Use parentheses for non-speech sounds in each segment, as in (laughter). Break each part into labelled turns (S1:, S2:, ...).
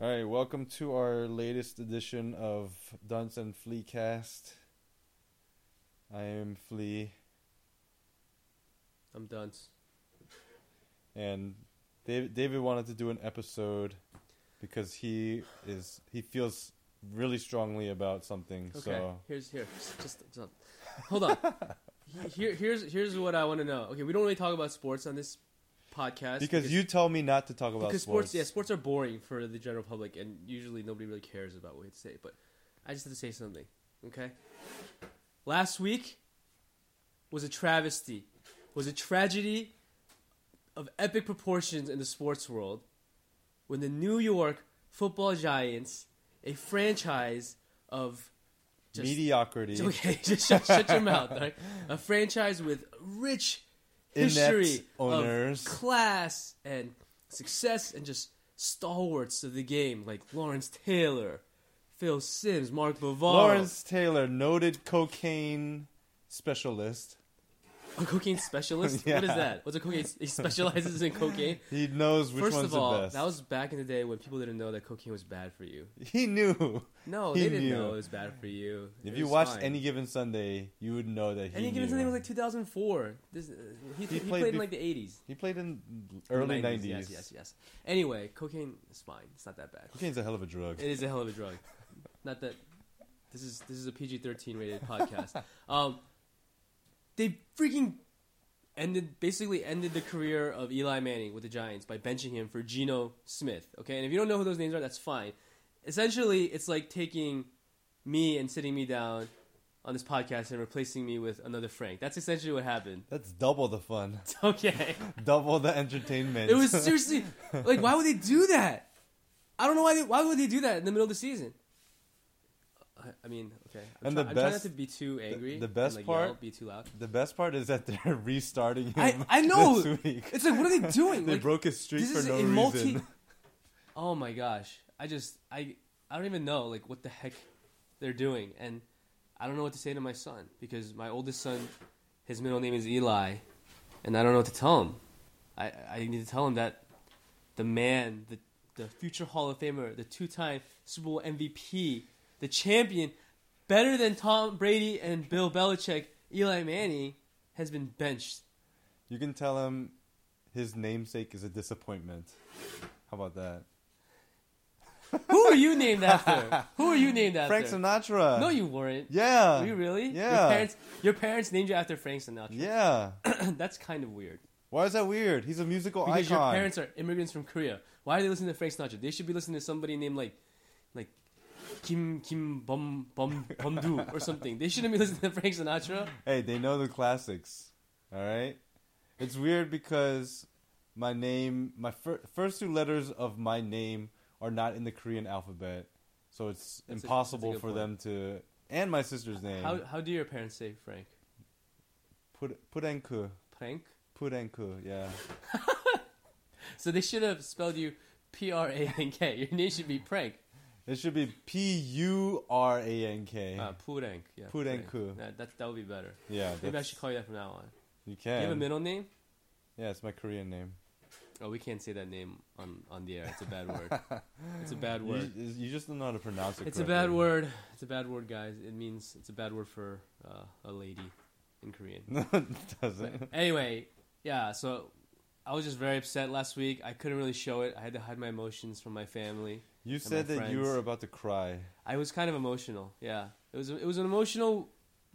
S1: All right, welcome to our latest edition of Dunce and Flea Cast. I am Flea,
S2: I'm Dunce.
S1: and David, David wanted to do an episode because he is he feels really strongly about something.
S2: Okay,
S1: So
S2: here's here. Just, just just-
S1: (laughs)
S2: hold on. He- Here, here's here's what I want to know. Okay, we don't really talk about sports on this podcast
S1: because, you tell me not to talk about
S2: because
S1: sports,
S2: sports yeah sports are boring for the general public and usually nobody really cares about what we say. But I just have to say something. Okay, last week was a travesty, was a tragedy of epic proportions in the sports world when the New York Football Giants, a franchise of just
S1: mediocrity,
S2: it's okay, (laughs) just shut, shut your mouth. all Right? A franchise with rich
S1: Inept
S2: history
S1: owners.
S2: of class and success, and just stalwarts of the game like Lawrence Taylor, Phil Sims, Mark Bavaro,
S1: Lawrence Taylor, noted cocaine specialist.
S2: a
S1: (laughs)
S2: cocaine specialist. What
S1: Yeah.
S2: is that? What's a cocaine? He specializes in cocaine.
S1: He knows (laughs) which
S2: First
S1: one's
S2: of all,
S1: the best.
S2: that was back in the day when people didn't know that cocaine was bad for you.
S1: he knew.
S2: No,
S1: He
S2: they didn't
S1: knew.
S2: know it was bad for you.
S1: If
S2: It
S1: you
S2: was
S1: watched
S2: fine.
S1: any given Sunday, you would know that he
S2: Any
S1: knew.
S2: given thing was like 2004. This, uh, he, he,
S1: played
S2: played in
S1: bef-
S2: like the 80s.
S1: he played in early nineties.
S2: Yes, yes, yes. Anyway, cocaine is fine. It's not that bad.
S1: Cocaine's a hell of a drug.
S2: It is a hell of a drug. not that this is this is a PG thirteen
S1: (laughs)
S2: rated podcast. Um, they freaking ended basically ended the career of Eli Manning with the Giants by benching him for Geno Smith. Okay, and if you don't know who those names are, that's fine. Essentially, it's like taking me and sitting me down on this podcast and replacing me with another Frank. That's essentially what happened. (laughs)
S1: That's double the fun,
S2: Okay.
S1: double the entertainment.
S2: It
S1: (laughs)
S2: was seriously like, why would they do that? I don't know why. They, why would they do that in the middle of the season? I, I mean, okay. I'm,
S1: And
S2: try-
S1: the
S2: I'm trying not
S1: best-
S2: to be too angry.
S1: the best
S2: and, like,
S1: part-
S2: yell, be
S1: (laughs)
S2: too loud.
S1: the best part is that they're (laughs) restarting him.
S2: I, I know.
S1: (laughs) This week.
S2: It's like, what are they doing?
S1: They
S2: Like,
S1: broke his streak
S2: this
S1: for
S2: is
S1: no
S2: a
S1: reason.
S2: multi. Oh my gosh! I just I I don't even know like what the heck they're doing, and I don't know what to say to my son because my oldest son, his middle name is Eli, and I don't know what to tell him. I I need to tell him that the man, the the future Hall of Famer, the two-time Super Bowl MVP, the champion, better than Tom Brady and Bill Belichick, Eli Manning has been benched.
S1: (laughs) You can tell him his namesake is a disappointment. How about that?
S2: Who are you
S1: (laughs)
S2: named after? Who are you named after?
S1: Frank Sinatra.
S2: No, you weren't.
S1: Yeah.
S2: Were you really?
S1: Yeah.
S2: Your parents, your parents named you after Frank Sinatra. (clears throat)
S1: Yeah.
S2: That's kind of weird.
S1: Why is that weird? He's a musical
S2: Because your
S1: icon.
S2: parents are immigrants from Korea. Why are they listening to Frank Sinatra? They should be listening to somebody named like, like, Kim Kim Bum Bum Bumdu or something. They shouldn't be (laughs) listening to Frank Sinatra.
S1: Hey, they know the classics. All right. It's weird because my name, my fir- first two letters of my name are not in the Korean alphabet, so it's
S2: That's a-
S1: impossible
S2: that's a
S1: for
S2: good
S1: them to. And my sister's name,
S2: How how do your parents say Frank?
S1: Put Purenku,
S2: Prank.
S1: Purenku, yeah.
S2: So they should have spelled you P R A N K. (laughs) Your name should be Prank.
S1: It should be P U R A N K.
S2: Uh, Purenk. Yeah.
S1: Purenku.
S2: Purenk. That, that that would be better.
S1: Yeah,
S2: Maybe I
S1: that's-
S2: should call you that from now on.
S1: you
S2: Do
S1: can.
S2: you have a middle name?
S1: yeah, it's my Korean name.
S2: Oh, we can't say that name on, on the air. It's a bad word.
S1: (laughs)
S2: it's a bad
S1: You,
S2: word.
S1: you just don't know how to pronounce it.
S2: It's a bad word. It's a bad word, guys. It means it's a bad word for uh, a lady
S1: (laughs)
S2: in Korean.
S1: (laughs) No, it doesn't.
S2: anyway, yeah. So I was just very upset last week. I couldn't really show it. I had to hide my emotions from my family.
S1: You
S2: my
S1: said that you
S2: friends.
S1: were about to cry.
S2: I was kind of emotional. Yeah, it was it was an emotional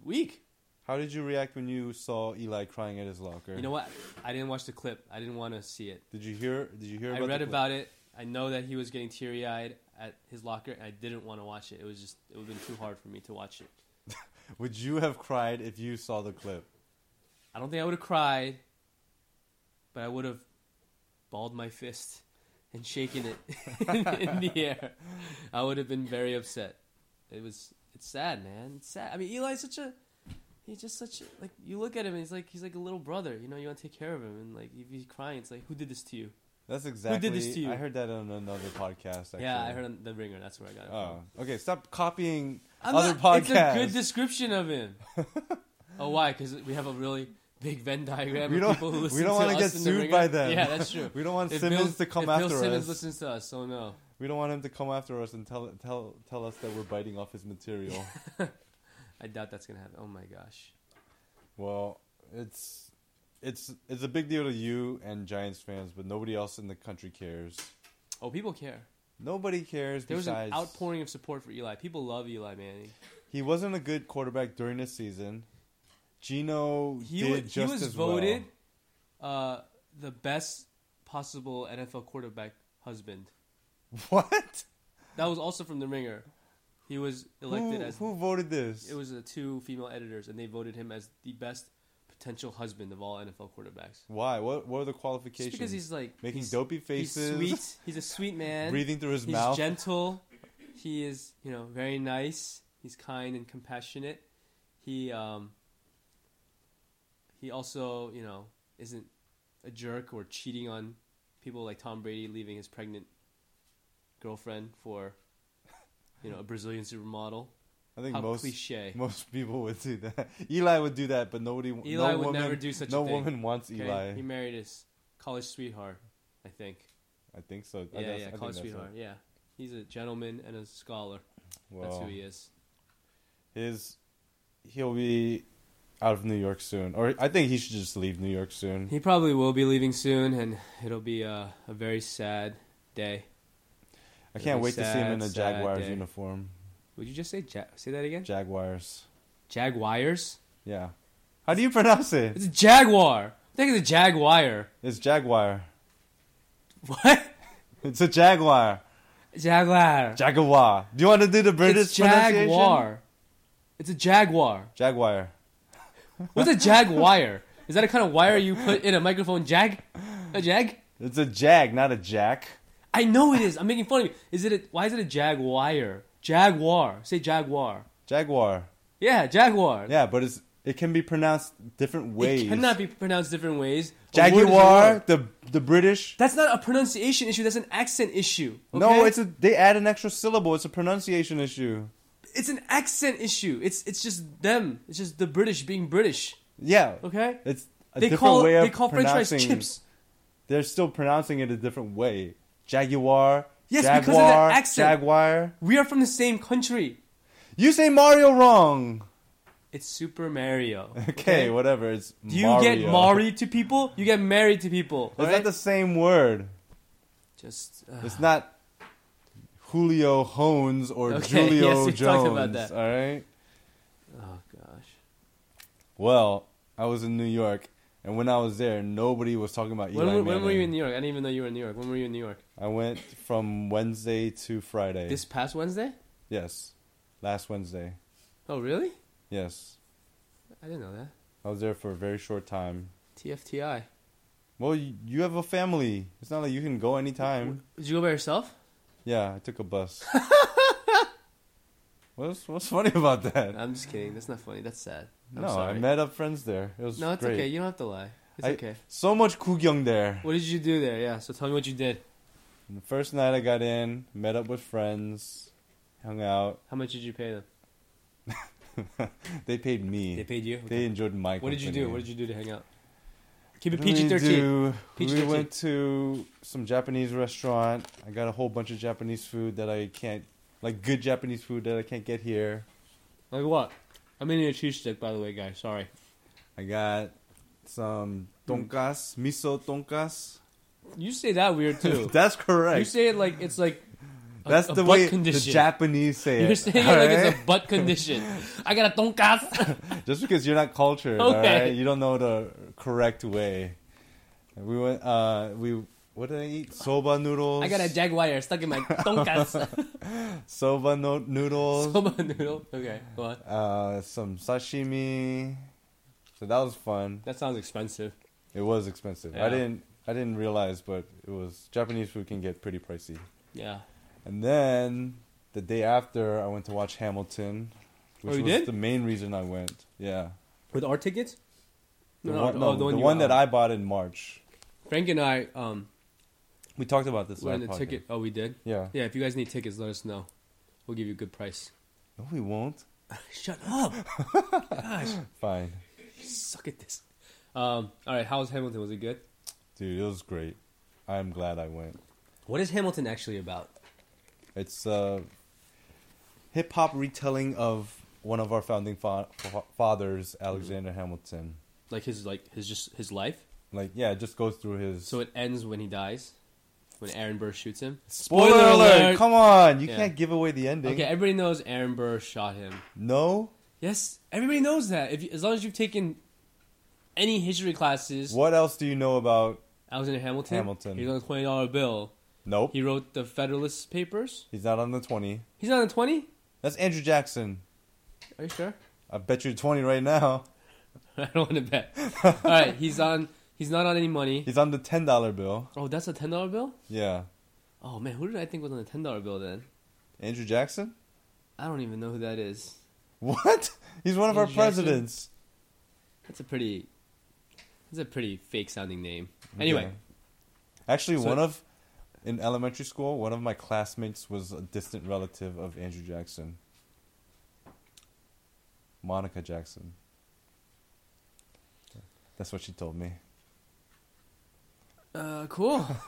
S2: week.
S1: How did you react when you saw Eli crying at his locker?
S2: You know what? I didn't watch the clip. I didn't want to see it.
S1: Did you hear? Did you hear?
S2: I
S1: about
S2: read
S1: the clip?
S2: about it. I know that he was getting teary eyed at his locker, and I didn't want to watch it. It was just it would have been too hard for me to watch it.
S1: Would you have cried if you saw the clip?
S2: I don't think I would have cried, but I would have balled my fist and shaken it (laughs) in, the air. I would have been very upset. It was it's sad, man. It's sad. I mean, Eli's such a he's just such a, like you look at him and he's like he's like a little brother. You know, you want to take care of him, and like if he's crying, it's like who did this to you?
S1: That's exactly.
S2: this to you?
S1: I heard that on another podcast. Actually.
S2: Yeah, I heard on the Ringer. That's where I got it. from.
S1: Oh, okay. Stop copying
S2: I'm
S1: other
S2: not- It's a
S1: podcasts.
S2: good description of
S1: (laughs)
S2: him. oh, why? Because we have a really big Venn
S1: (laughs)
S2: diagram
S1: We
S2: of
S1: don't-
S2: people who listen
S1: we don't
S2: want
S1: wanna
S2: to
S1: get
S2: us in the
S1: sued
S2: Ringer.
S1: by them. (laughs)
S2: Yeah, that's true.
S1: we don't want
S2: If
S1: Simmons
S2: Bill-
S1: to come
S2: if
S1: after
S2: Bill Simmons
S1: us.
S2: listens to us, so no.
S1: We don't want him to come after us and tell tell tell us that we're biting off his material.
S2: I doubt that's gonna happen. Oh my gosh.
S1: well, it's it's it's a big deal to you and Giants fans, but nobody else in the country cares.
S2: Oh, people care.
S1: Nobody cares.
S2: There was
S1: besides,
S2: an outpouring of support for Eli. People love Eli Manning.
S1: He wasn't a good quarterback during the season. Gino
S2: He,
S1: did
S2: wa- he
S1: just
S2: was
S1: as
S2: voted
S1: well.
S2: uh, the best possible NFL quarterback husband.
S1: (laughs) What?
S2: That was also from The Ringer. He was elected
S1: who,
S2: as
S1: who voted this?
S2: it was the two female editors, and they voted him as the best potential husband of all NFL quarterbacks.
S1: Why? What? What are the
S2: Just
S1: qualifications?
S2: because he's like
S1: making
S2: he's,
S1: dopey
S2: he's
S1: faces,
S2: sweet. He's a sweet man.
S1: breathing through his
S2: he's
S1: mouth.
S2: gentle. He is, you know, very nice. He's kind and compassionate. He um he also, you know, isn't a jerk or cheating on people like Tom Brady leaving his pregnant girlfriend for you know, a Brazilian supermodel.
S1: I think
S2: How
S1: most
S2: cliche.
S1: (laughs) most people would do that. (laughs) Eli would do that, but nobody.
S2: Eli
S1: no
S2: would
S1: woman,
S2: never do such
S1: No
S2: a thing.
S1: woman wants
S2: Okay?
S1: Eli.
S2: He married his college sweetheart, I think.
S1: I think so.
S2: Yeah,
S1: I guess, I
S2: yeah,
S1: think
S2: college
S1: that's it.
S2: sweetheart, yeah. He's a gentleman and a scholar. That's
S1: Well,
S2: who he is.
S1: his he'll be out of New York soon, or I think he should just leave New York soon.
S2: He probably will be leaving soon, and it'll be a, a very sad day.
S1: I can't
S2: It'll be
S1: wait to see him
S2: sad,
S1: in a
S2: sad
S1: Jaguars
S2: day.
S1: uniform.
S2: Would you just say ja- say that again?
S1: Jaguars.
S2: Jaguars?
S1: Yeah. How do you pronounce it?
S2: It's a jaguar. I think it's a jaguar. (laughs)
S1: It's Jaguar.
S2: What?
S1: It's a Jaguar.
S2: Jaguar.
S1: Jaguar. Do you want to do the British
S2: it's
S1: pronunciation?
S2: jaguar. It's a jaguar.
S1: Jaguar.
S2: What's a
S1: (laughs)
S2: jag wire? Is that a kind of wire you put in a microphone? Jag? A jag?
S1: It's a jag, not a jack.
S2: I know it is. I'm making fun of you. Is it? A, why is it a jag wire? Jaguar. Say jaguar.
S1: Jaguar.
S2: Yeah, jaguar.
S1: Yeah, but it's it can be pronounced different ways.
S2: It cannot be pronounced different ways. A word is a
S1: Jaguar,
S2: word.
S1: the the British.
S2: That's not a pronunciation issue. That's an accent issue.
S1: No,
S2: okay?
S1: it's a they add an extra syllable. It's a pronunciation issue.
S2: it's an accent issue. It's it's just them. It's just the British being British.
S1: Yeah.
S2: Okay,
S1: It's a
S2: they
S1: different
S2: call
S1: way of
S2: they call French fries
S1: pronouncing.
S2: chips.
S1: They're still pronouncing it a different way. Jaguar.
S2: Yes,
S1: Jaguar,
S2: because of the accent.
S1: Jaguar.
S2: We are from the same country.
S1: You say Mario wrong.
S2: It's Super
S1: (laughs)
S2: Mario.
S1: Okay, whatever. It's
S2: Do you
S1: Mario.
S2: get married to people? You get married to people.
S1: It's
S2: alright?
S1: not the same word.
S2: just
S1: It's not Julio Hones or
S2: Okay, (laughs)
S1: Julio
S2: yes, we
S1: Jones.
S2: talked about that.
S1: All right.
S2: oh gosh.
S1: Well, I was in New York, and when I was there, nobody was talking about Eli
S2: When, were- when
S1: Manning.
S2: were you in New York? I didn't even know you were in New York. When were you in New York?
S1: I went from Wednesday to Friday.
S2: This past Wednesday?
S1: yes, last Wednesday.
S2: Oh really?
S1: Yes,
S2: I didn't know that.
S1: I was there for a very short time.
S2: TFTI.
S1: Well, you, you have a family. It's not like you can go anytime.
S2: Did you go by yourself?
S1: Yeah, I took a
S2: (laughs)
S1: bus. what's what's funny about that?
S2: I'm just kidding. That's not funny. That's sad. I'm
S1: Uh, no,
S2: sorry.
S1: I met up friends there. It was
S2: No, it's
S1: great.
S2: okay. You don't have to lie. It's
S1: I-
S2: okay.
S1: So much kugyong there.
S2: What did you do there? Yeah. So tell me what you did.
S1: The first night I got in, met up with friends, hung out.
S2: How much did you pay them?
S1: They paid me.
S2: They paid you.
S1: They enjoyed my.
S2: What did you do? What did you do to hang out? Keep it
S1: What did we
S2: PG thirteen.
S1: do?
S2: PG-13.
S1: We went to some Japanese restaurant. I got a whole bunch of Japanese food that I can't, like good Japanese food that I can't get here.
S2: Like what? I'm eating a cheese stick, by the way, guys. Sorry.
S1: I got some donkas, miso donkas.
S2: You say that weird too.
S1: (laughs) That's
S2: you
S1: correct.
S2: say it like it's like. A,
S1: That's
S2: a
S1: the
S2: butt
S1: way the
S2: condition.
S1: Japanese say it.
S2: You're saying it
S1: all
S2: like it's
S1: right?
S2: a butt condition. I got a tonkas.
S1: Just because you're not cultured, all
S2: (laughs) Okay.
S1: right? You don't know the correct way. We went. Uh, we what did I eat? Soba noodles.
S2: I got a jaguar stuck in
S1: (laughs)
S2: my tonkas.
S1: soba no-
S2: (laughs)
S1: noodles.
S2: Soba noodle. Okay, go on.
S1: uh, some sashimi. So that was fun.
S2: That sounds expensive.
S1: It was expensive. I
S2: Yeah.
S1: didn't. I didn't realize, but it was Japanese food can get pretty pricey.
S2: Yeah.
S1: And then the day after, I went to watch Hamilton, which
S2: Oh, you
S1: was
S2: did?
S1: the main reason I went. Yeah,
S2: With our tickets?
S1: the
S2: No,
S1: one,
S2: no,
S1: no,
S2: oh,
S1: the one,
S2: you
S1: that
S2: were on.
S1: I bought in March.
S2: Frank and I um
S1: We talked about this.
S2: were in
S1: last
S2: the
S1: podcast.
S2: ticket. Oh, we did.
S1: Yeah.
S2: Yeah, if you guys need tickets, let us know. We'll give you a good
S1: (laughs)
S2: price.
S1: No, we won't.
S2: Shut up. Gosh,
S1: Fine,
S2: you suck at this. Um, all right, how was Hamilton? Was it good?
S1: dude. It was great. I'm glad I went.
S2: What is Hamilton actually about?
S1: It's a hip hop retelling of one of our founding fa- fa- fathers, Alexander
S2: Mm-hmm.
S1: Hamilton.
S2: Like his like his just his life.
S1: Like, yeah, it just goes through his.
S2: So it ends when he dies, when Aaron Burr shoots him.
S1: spoiler, alert! Come on, you
S2: Yeah.
S1: can't give away the ending.
S2: Okay, everybody knows Aaron Burr shot him.
S1: No,
S2: Yes, everybody knows that. If you, as long as you've taken any history classes,
S1: what else do you know about?
S2: Alexander Hamilton.
S1: Hamilton.
S2: He's on a twenty dollar bill.
S1: Nope,
S2: He wrote the Federalist Papers.
S1: he's not on the twenty.
S2: He's not on twenty.
S1: That's Andrew Jackson.
S2: Are you sure? (laughs)
S1: I bet you twenty right now.
S2: I don't want
S1: (laughs)
S2: to bet. All right, he's on. He's not on any money.
S1: He's on the ten dollar bill.
S2: Oh, that's a ten dollar bill.
S1: Yeah,
S2: Oh man, who did I think was on the ten dollar bill then?
S1: Andrew Jackson. (laughs)
S2: I don't even know who that is.
S1: What? He's one of our
S2: Andrew Jackson?
S1: presidents.
S2: That's a pretty. That's a pretty fake sounding name. Anyway,
S1: Yeah. Actually,
S2: So-
S1: one of in elementary school, one of my classmates was a distant relative of Andrew Jackson. Monica Jackson. That's what she told me.
S2: uh, cool. (laughs)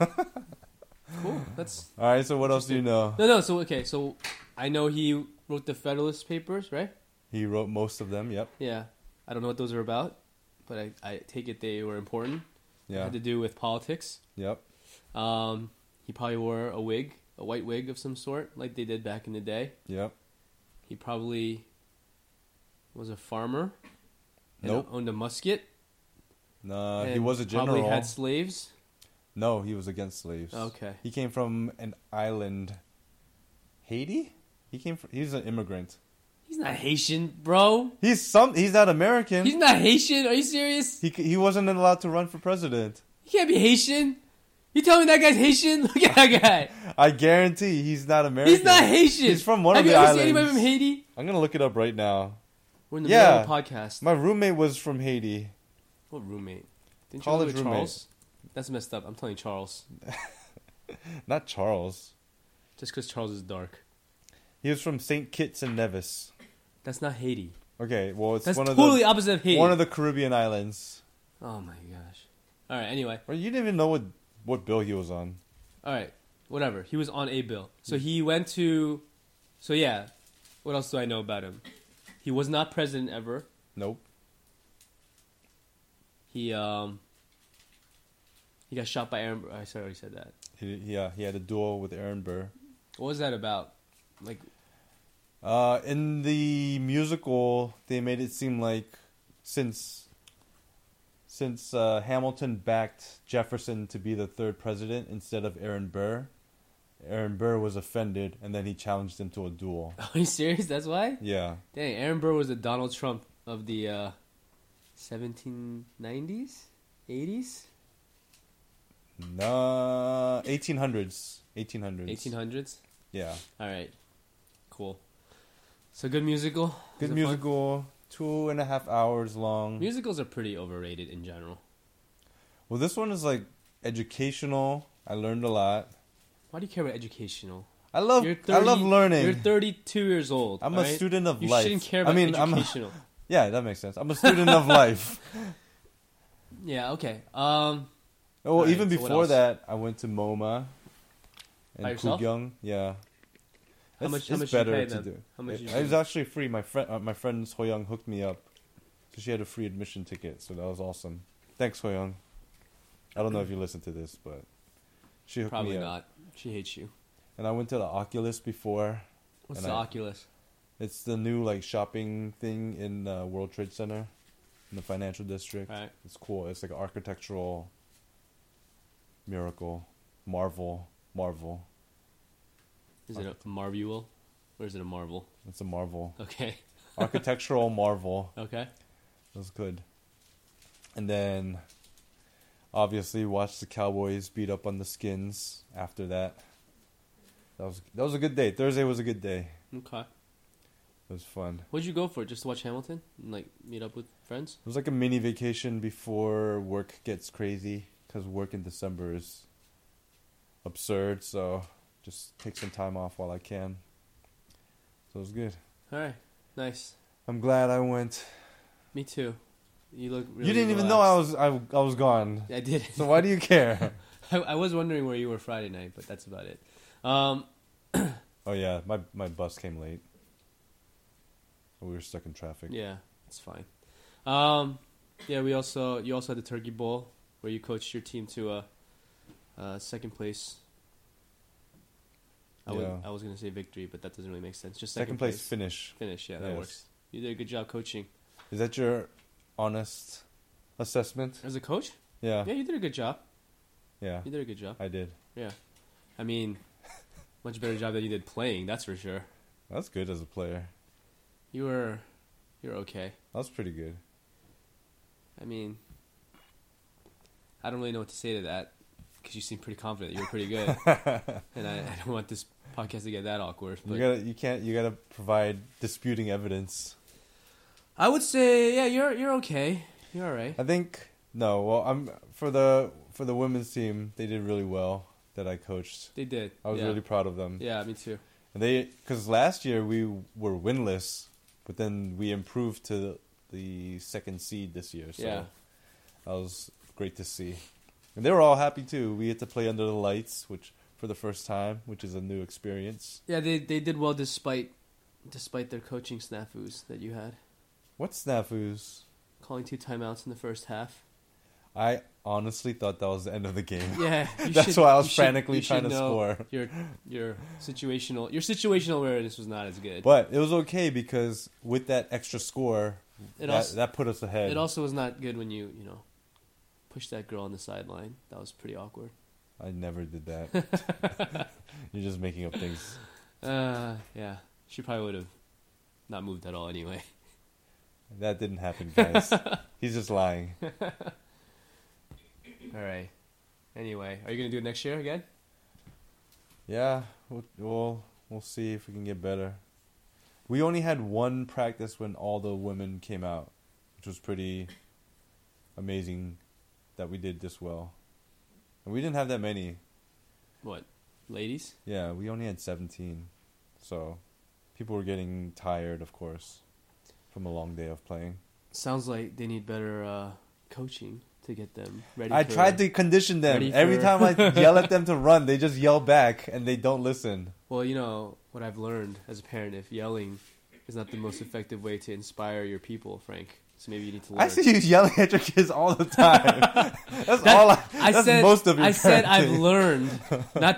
S2: cool. That's
S1: All right, so what else do you know?
S2: no, no. So okay, so I know he wrote the Federalist Papers, right?
S1: He wrote most of them. Yep.
S2: Yeah. I don't know what those are about, but I, I take it they were important.
S1: Yeah.
S2: Had to do with politics.
S1: Yep.
S2: Um, he probably wore a wig, a white wig of some sort, like they did back in the day.
S1: Yep.
S2: He probably was a farmer. and
S1: Nope.
S2: Owned a musket.
S1: Nah, he
S2: and
S1: was a general.
S2: Probably had slaves.
S1: no, he was against slaves.
S2: Okay.
S1: He came from an island, Haiti. He came. From, he's an immigrant.
S2: He's not Haitian, bro.
S1: He's some. He's not American.
S2: He's not Haitian. Are you serious?
S1: He c- he wasn't allowed to run for president.
S2: He can't be Haitian. You tell me that guy's Haitian? (laughs) Look at that guy.
S1: I guarantee he's not American.
S2: He's not Haitian.
S1: He's from one
S2: Have
S1: of the
S2: you ever
S1: islands.
S2: seen anybody from Haiti?
S1: I'm gonna look it up right now.
S2: We're in the
S1: Yeah.
S2: middle of a podcast.
S1: My roommate was from Haiti.
S2: What roommate? Didn't
S1: College
S2: you live with
S1: roommate.
S2: Charles? That's messed up. I'm telling you, Charles.
S1: Not Charles.
S2: Just because Charles is dark.
S1: He was from Saint Kitts and Nevis.
S2: That's not Haiti.
S1: Okay, well it's
S2: That's
S1: one of
S2: totally
S1: the
S2: opposite of Haiti.
S1: one of the Caribbean islands.
S2: oh my gosh. All right. Anyway.
S1: Well, you didn't even know what what bill he was on.
S2: All right. Whatever. He was on a bill. So he went to. So yeah. What else do I know about him? He was not president ever.
S1: Nope.
S2: He um. He got shot by Aaron. Burr. I sorry, I already said that.
S1: He, yeah, he had a duel with Aaron Burr.
S2: What was that about? Like, (laughs)
S1: Uh, in the musical, they made it seem like since since uh, Hamilton backed Jefferson to be the third president instead of Aaron Burr, Aaron Burr was offended, and then he challenged him to a duel.
S2: are you serious? That's why.
S1: Yeah,
S2: Dang, Aaron Burr was the Donald Trump of the uh, 1790s, 80s,
S1: nah, eighteen hundreds, eighteen hundreds,
S2: 1800s.
S1: Yeah,
S2: All right, cool. So good musical.
S1: good
S2: Was it
S1: musical, two and a half hours long.
S2: fun? Musicals are pretty overrated in general.
S1: well, this one is like educational. I learned a lot.
S2: Why do you care about educational?
S1: I love,
S2: You're
S1: I love
S2: 30
S1: learning.
S2: You're 32 years old.
S1: I'm
S2: all
S1: a
S2: right?
S1: student of
S2: You
S1: life.
S2: shouldn't care about
S1: I mean, I'm a-
S2: educational.
S1: Yeah, that makes sense. I'm a student of
S2: (laughs)
S1: life.
S2: yeah. Okay.
S1: Oh,
S2: Um.
S1: well,
S2: Alright,
S1: even
S2: so what
S1: before
S2: else?
S1: that, I went to MoMA and
S2: By yourself?
S1: Kugyong. Yeah.
S2: How
S1: It's-
S2: much- how
S1: it's
S2: much you
S1: better
S2: pay
S1: to
S2: them?
S1: do.
S2: How much
S1: It-
S2: did you
S1: it was
S2: pay?
S1: actually free. My friend, uh, my friend Hoyoung hooked me up, so she had a free admission ticket. So that was awesome. Thanks, Hoyoung. I don't know if you listen to this, but she hooked
S2: Probably
S1: me up.
S2: not. She hates you.
S1: And I went to the Oculus before.
S2: What's
S1: And
S2: the
S1: I-
S2: Oculus?
S1: It's the new like shopping thing in uh, World Trade Center, in the financial district.
S2: Right.
S1: It's cool. It's like an architectural miracle, Marvel, Marvel.
S2: Is it a Marvel or is it a Marvel?
S1: It's a Marvel
S2: Okay.
S1: architectural Marvel.
S2: Okay.
S1: That was good. And then, obviously, watch the Cowboys beat up on the Skins. After that, that was that was a good day. Thursday was a good day.
S2: Okay.
S1: It was fun.
S2: What'd you go for? Just to watch Hamilton? And, like meet up with friends?
S1: It was like a mini vacation before work gets crazy because work in December is absurd. So just take some time off while I can. So it was good.
S2: All right. Nice.
S1: I'm glad I went.
S2: Me too. You look. Really
S1: you didn't even know I
S2: relaxed.
S1: was I, I was gone. (laughs)
S2: I did.
S1: So why do you care? (laughs)
S2: I, I was wondering where you were Friday night, but that's about it. Um,
S1: Oh yeah, my my bus came late. We were stuck in traffic.
S2: Yeah, it's fine. Um, yeah, we also you also had the Turkey Bowl where you coached your team to a, uh second place. I,
S1: Yeah.
S2: would, I was gonna say victory, but that doesn't really make sense. Just
S1: Second,
S2: second,
S1: place, finish.
S2: finish. Yeah, that
S1: Yes.
S2: works. You did a good job coaching
S1: Is that your honest assessment?
S2: as a coach.
S1: Yeah.
S2: Yeah, you did a good job.
S1: Yeah.
S2: You did a good job.
S1: I did.
S2: I mean, much better job than you did playing. That's for sure.
S1: That's good as a player.
S2: You were, you're okay.
S1: That's pretty good.
S2: I mean, I don't really know what to say to that because you seem pretty confident. You were
S1: (laughs)
S2: pretty good, and I, I don't want this podcast to get that awkward. But
S1: You gotta you can't you gotta provide disputing evidence.
S2: I would say, yeah, you're you're okay. You're all right.
S1: I think no, well I'm for the for the women's team, they did really well that I coached.
S2: They did.
S1: I was
S2: yeah.
S1: really proud of them.
S2: Yeah, me too.
S1: And they because last year we were winless, but then we improved to the second seed this year. So
S2: Yeah.
S1: that was great to see. And they were all happy too. We had to play under the lights, which for the first time, which is a new experience.
S2: Yeah, they they did well despite despite their coaching snafus that you had,
S1: What snafus?
S2: calling two timeouts in the first half.
S1: I honestly thought that was the end of the game.
S2: Yeah, you
S1: (laughs) That's
S2: should-
S1: why I was
S2: you should-
S1: frantically
S2: you should
S1: trying to
S2: know
S1: score.
S2: Your your situational your situational awareness was not as good.
S1: But it was okay because with that extra score,
S2: It
S1: that,
S2: also-
S1: that put us ahead.
S2: It also was not good when you, you know, pushed that girl on the sideline. That was pretty awkward.
S1: I never did that.
S2: (laughs)
S1: (laughs) You're just making up things.
S2: Uh, yeah. She probably would have not moved at all (laughs) anyway.
S1: That didn't happen,
S2: (laughs)
S1: guys. He's just lying.
S2: All right. Anyway, are you going to do it next year again?
S1: Yeah, we'll, we'll we'll see if we can get better. We only had one practice when all the women came out, which was pretty amazing that we did this well. And we didn't have that many.
S2: What? Ladies?
S1: Yeah, we only had 17. So people were getting tired, of course, from a long day of playing.
S2: Sounds like they need better uh, coaching to get them ready.
S1: I
S2: for-
S1: tried to condition them.
S2: ready
S1: Every
S2: for-
S1: time I
S2: (laughs)
S1: yell at them to run, they just yell back and they don't listen.
S2: Well, you know, what I've learned as a parent, if yelling is not the most effective way to inspire your people, Frank. So maybe you need to learn.
S1: I
S2: (laughs)
S1: see you yelling at your kids all the time. that's all. I,
S2: I
S1: that's
S2: said,
S1: most of your (laughs)
S2: I said I've
S1: parenting.
S2: learned. Not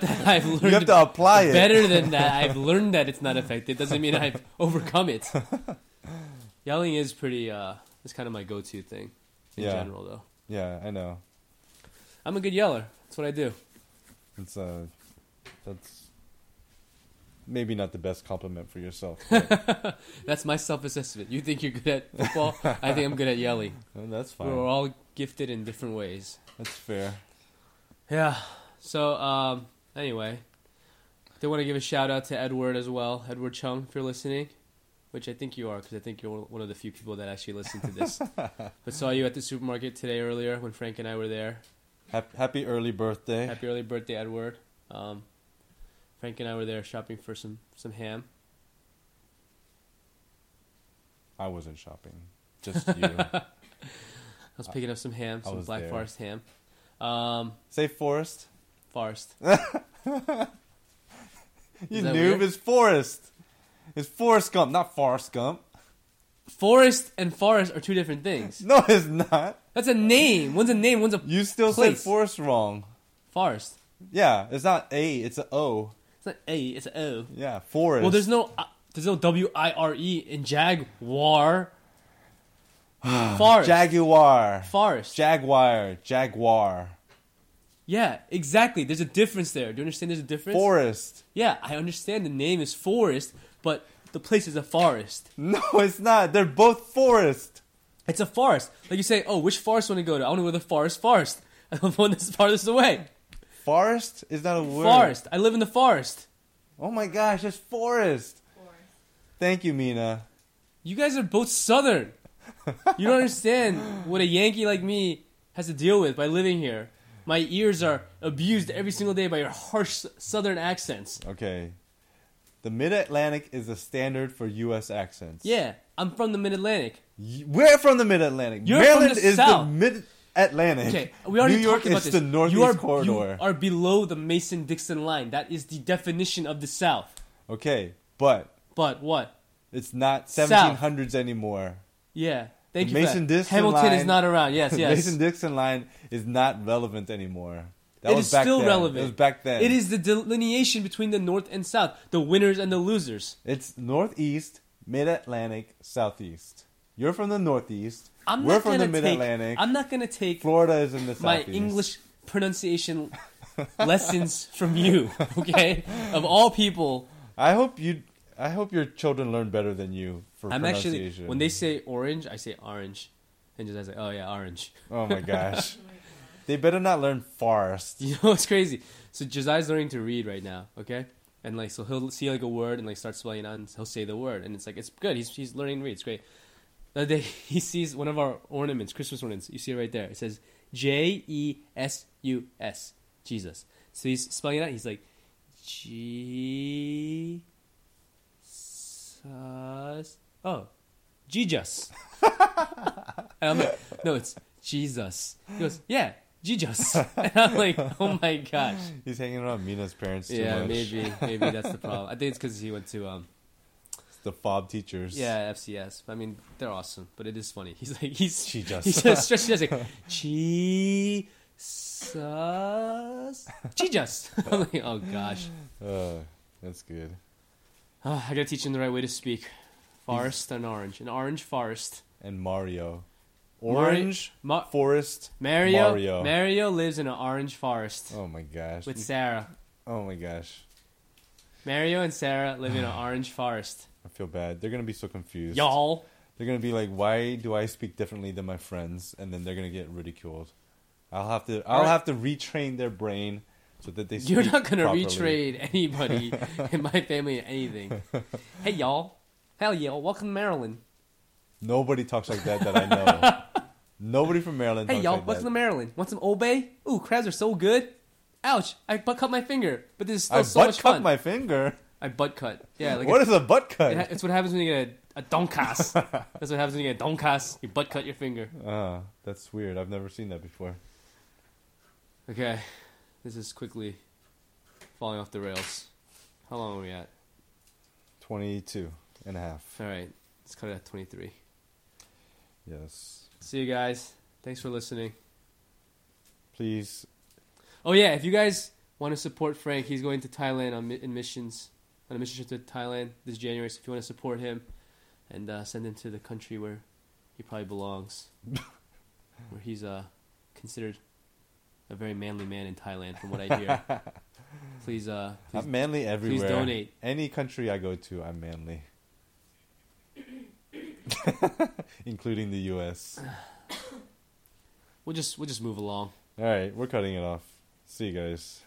S1: (laughs)
S2: that I've learned.
S1: You have to apply it.
S2: Better than that, I've learned that it's not effective. Doesn't
S1: (laughs)
S2: mean I've overcome it. Yelling is pretty. uh It's kind of my go-to thing in
S1: Yeah.
S2: general, though.
S1: Yeah, I know.
S2: I'm a good yeller. That's what I do. (laughs)
S1: It's uh, that's maybe not the best compliment for yourself.
S2: (laughs)
S1: but-
S2: That's my self-assessment. You think you're good at football? I think I'm good at yelling.
S1: Uh, that's
S2: We're
S1: (laughs) fine.
S2: all gifted in different ways.
S1: That's fair.
S2: Yeah. So um, anyway, they want to give a shout out to Edward as well, Edward Chung, if you're listening, which I think you are because I think you're one of the few people that actually listen to
S1: (laughs)
S2: this. but saw you at the supermarket today earlier when Frank and I were there.
S1: Happy, happy early birthday.
S2: Happy early birthday, Edward. Um, Frank and I were there shopping for some some ham.
S1: I wasn't shopping. Just
S2: (laughs)
S1: you.
S2: I was picking up some ham,
S1: Uh, I
S2: some
S1: was
S2: Black
S1: there.
S2: Forest ham. Um,
S1: Say Forrest. (laughs)
S2: Forest.
S1: You
S2: Is that
S1: noob.
S2: weird?
S1: It's Forrest. It's Forrest Gump, not Forrest Gump. (laughs)
S2: Forest and forest are two different things.
S1: No, it's not.
S2: That's a name. One's a name. One's a
S1: You still said
S2: Place.
S1: Forrest wrong.
S2: forest.
S1: Yeah, it's not A. It's a O.
S2: It's not A. It's a O.
S1: Yeah, Forrest.
S2: Well, there's no uh, there's no W I R E in Jaguar. Forest.
S1: Jaguar.
S2: Forest.
S1: Jaguar. Jaguar.
S2: yeah, exactly. There's a difference there. Do you understand? There's a difference.
S1: Forest.
S2: Yeah, I understand the name is forest, but the place is a forest.
S1: No, it's not. They're both forest.
S2: It's a forest. Like you say, oh, which forest want to go to? I want to go to the forest. (laughs) Forest. I want the one that's farthest away.
S1: Forest is not a word.
S2: Forest. I live in the forest.
S1: Oh my gosh, it's forest. Thank you, Mina.
S2: You guys are both southern. You don't understand what a Yankee like me has to deal with by living here. My ears are abused every single day by your harsh southern accents.
S1: Okay. The Mid Atlantic is the standard for U.S. accents.
S2: Yeah, I'm from the mid Atlantic.
S1: Y- We're from the Mid Atlantic.
S2: You're from
S1: Maryland
S2: the
S1: is
S2: South.
S1: the Mid Atlantic.
S2: Okay, we already
S1: New York
S2: talked about
S1: is
S2: this.
S1: the Northeast
S2: you are,
S1: Corridor.
S2: You are below the Mason Dixon line. That is the definition of the South.
S1: Okay, but
S2: But what?
S1: it's not
S2: South.
S1: 1700s anymore. (laughs)
S2: Yeah. Thank
S1: The
S2: you. for
S1: Mason
S2: that.
S1: Dixon
S2: Hamilton is
S1: line-
S2: not around.
S1: (laughs)
S2: Yes, yes.
S1: Mason Dixon line is not relevant anymore. That
S2: It
S1: was
S2: is
S1: back
S2: still
S1: then.
S2: relevant.
S1: It was back then.
S2: It is the delineation between the North and South, the winners and the losers.
S1: It's northeast, mid Atlantic, southeast. You're from the northeast.
S2: I'm
S1: We're
S2: not
S1: from
S2: gonna
S1: the mid Atlantic.
S2: Take, I'm not gonna take
S1: Florida is in the southeast.
S2: my English
S1: (laughs)
S2: pronunciation lessons from you. Okay, of all people,
S1: I hope you. I hope your children learn better than you for
S2: I'm actually
S1: pronunciation.
S2: when they say orange, I say orange, and just I say, oh yeah, orange.
S1: Oh my
S2: (laughs)
S1: gosh. they better not learn forest.
S2: You know what's crazy? So Josiah's learning to read right now, okay? And like, so he'll see like a word and like start spelling it out, and he'll say the word, and it's like it's good. He's he's learning to read. It's great. The other day (laughs) he sees one of our ornaments, Christmas ornaments. You see it right there. It says J E S U S, Jesus. So he's spelling it out. He's like G. Sus. Oh, Jesus. and I'm like, no, it's Jesus. He goes, yeah, Jesus. (laughs) And I'm like, oh my gosh.
S1: He's hanging around Mina's parents too
S2: yeah,
S1: much.
S2: maybe, maybe that's the problem. I think it's because he went to,
S1: (laughs)
S2: um,
S1: It's the fob teachers.
S2: yeah, FCS. I mean, they're awesome, but it is funny. (laughs) He's like, he's
S1: Jesus.
S2: He just stretches his legs like, Jesus, Jesus. (laughs) I'm like, oh gosh, (sighs)
S1: Uh, that's good.
S2: Ah, I gotta teach him the right way to speak. Forest and orange, an orange forest.
S1: And Mario.
S2: Mari-
S1: Orange
S2: Ma-
S1: forest.
S2: Mario,
S1: Mario.
S2: Mario lives in an orange forest
S1: Oh my gosh.
S2: with Sarah.
S1: oh my gosh.
S2: Mario and Sarah live
S1: (sighs)
S2: in an orange forest.
S1: I feel bad. They're gonna be so confused.
S2: Y'all.
S1: They're gonna be like, "Why do I speak differently than my friends?" And then they're gonna get ridiculed. I'll have to. I'll
S2: Alright.
S1: have to retrain their brain so that they. Speak
S2: You're not gonna
S1: properly.
S2: retrade
S1: (laughs)
S2: anybody in my family in anything. Hey y'all. Hell y'all. Welcome to Maryland.
S1: Nobody talks like that that I know.
S2: (laughs)
S1: Nobody from Maryland.
S2: Hey
S1: talks
S2: y'all,
S1: like
S2: welcome
S1: that.
S2: to Maryland. Want some Old Bay? Ooh, crabs are so good. Ouch! I butt cut my finger, but this is still
S1: I
S2: so
S1: butt
S2: much
S1: cut
S2: fun.
S1: my finger.
S2: I butt cut. Yeah, like
S1: what
S2: a-
S1: is a butt
S2: it ha-
S1: cut?
S2: it's what happens when you get a, a
S1: (laughs)
S2: donkas. That's what happens when you get a donkas. You butt cut your finger.
S1: Uh, that's weird. I've never seen that before.
S2: Okay, this is quickly falling off the rails. How long are we at?
S1: 22 and a half.
S2: All right, let's cut it at twenty-three.
S1: Yes.
S2: See you guys. Thanks for listening.
S1: Please.
S2: Oh yeah, if you guys want to support Frank, he's going to Thailand on mi- in missions on a mission trip to Thailand this January. So if you want to support him and uh, send him to the country where he probably belongs, where he's uh, considered a very manly man in Thailand, from what I hear. please, uh, please
S1: I'm manly everywhere.
S2: donate.
S1: Any country I go to, I'm
S2: (laughs)
S1: manly. (laughs) Including the U.S.
S2: we'll just we'll just move along.
S1: All right, we're cutting it off. See you guys.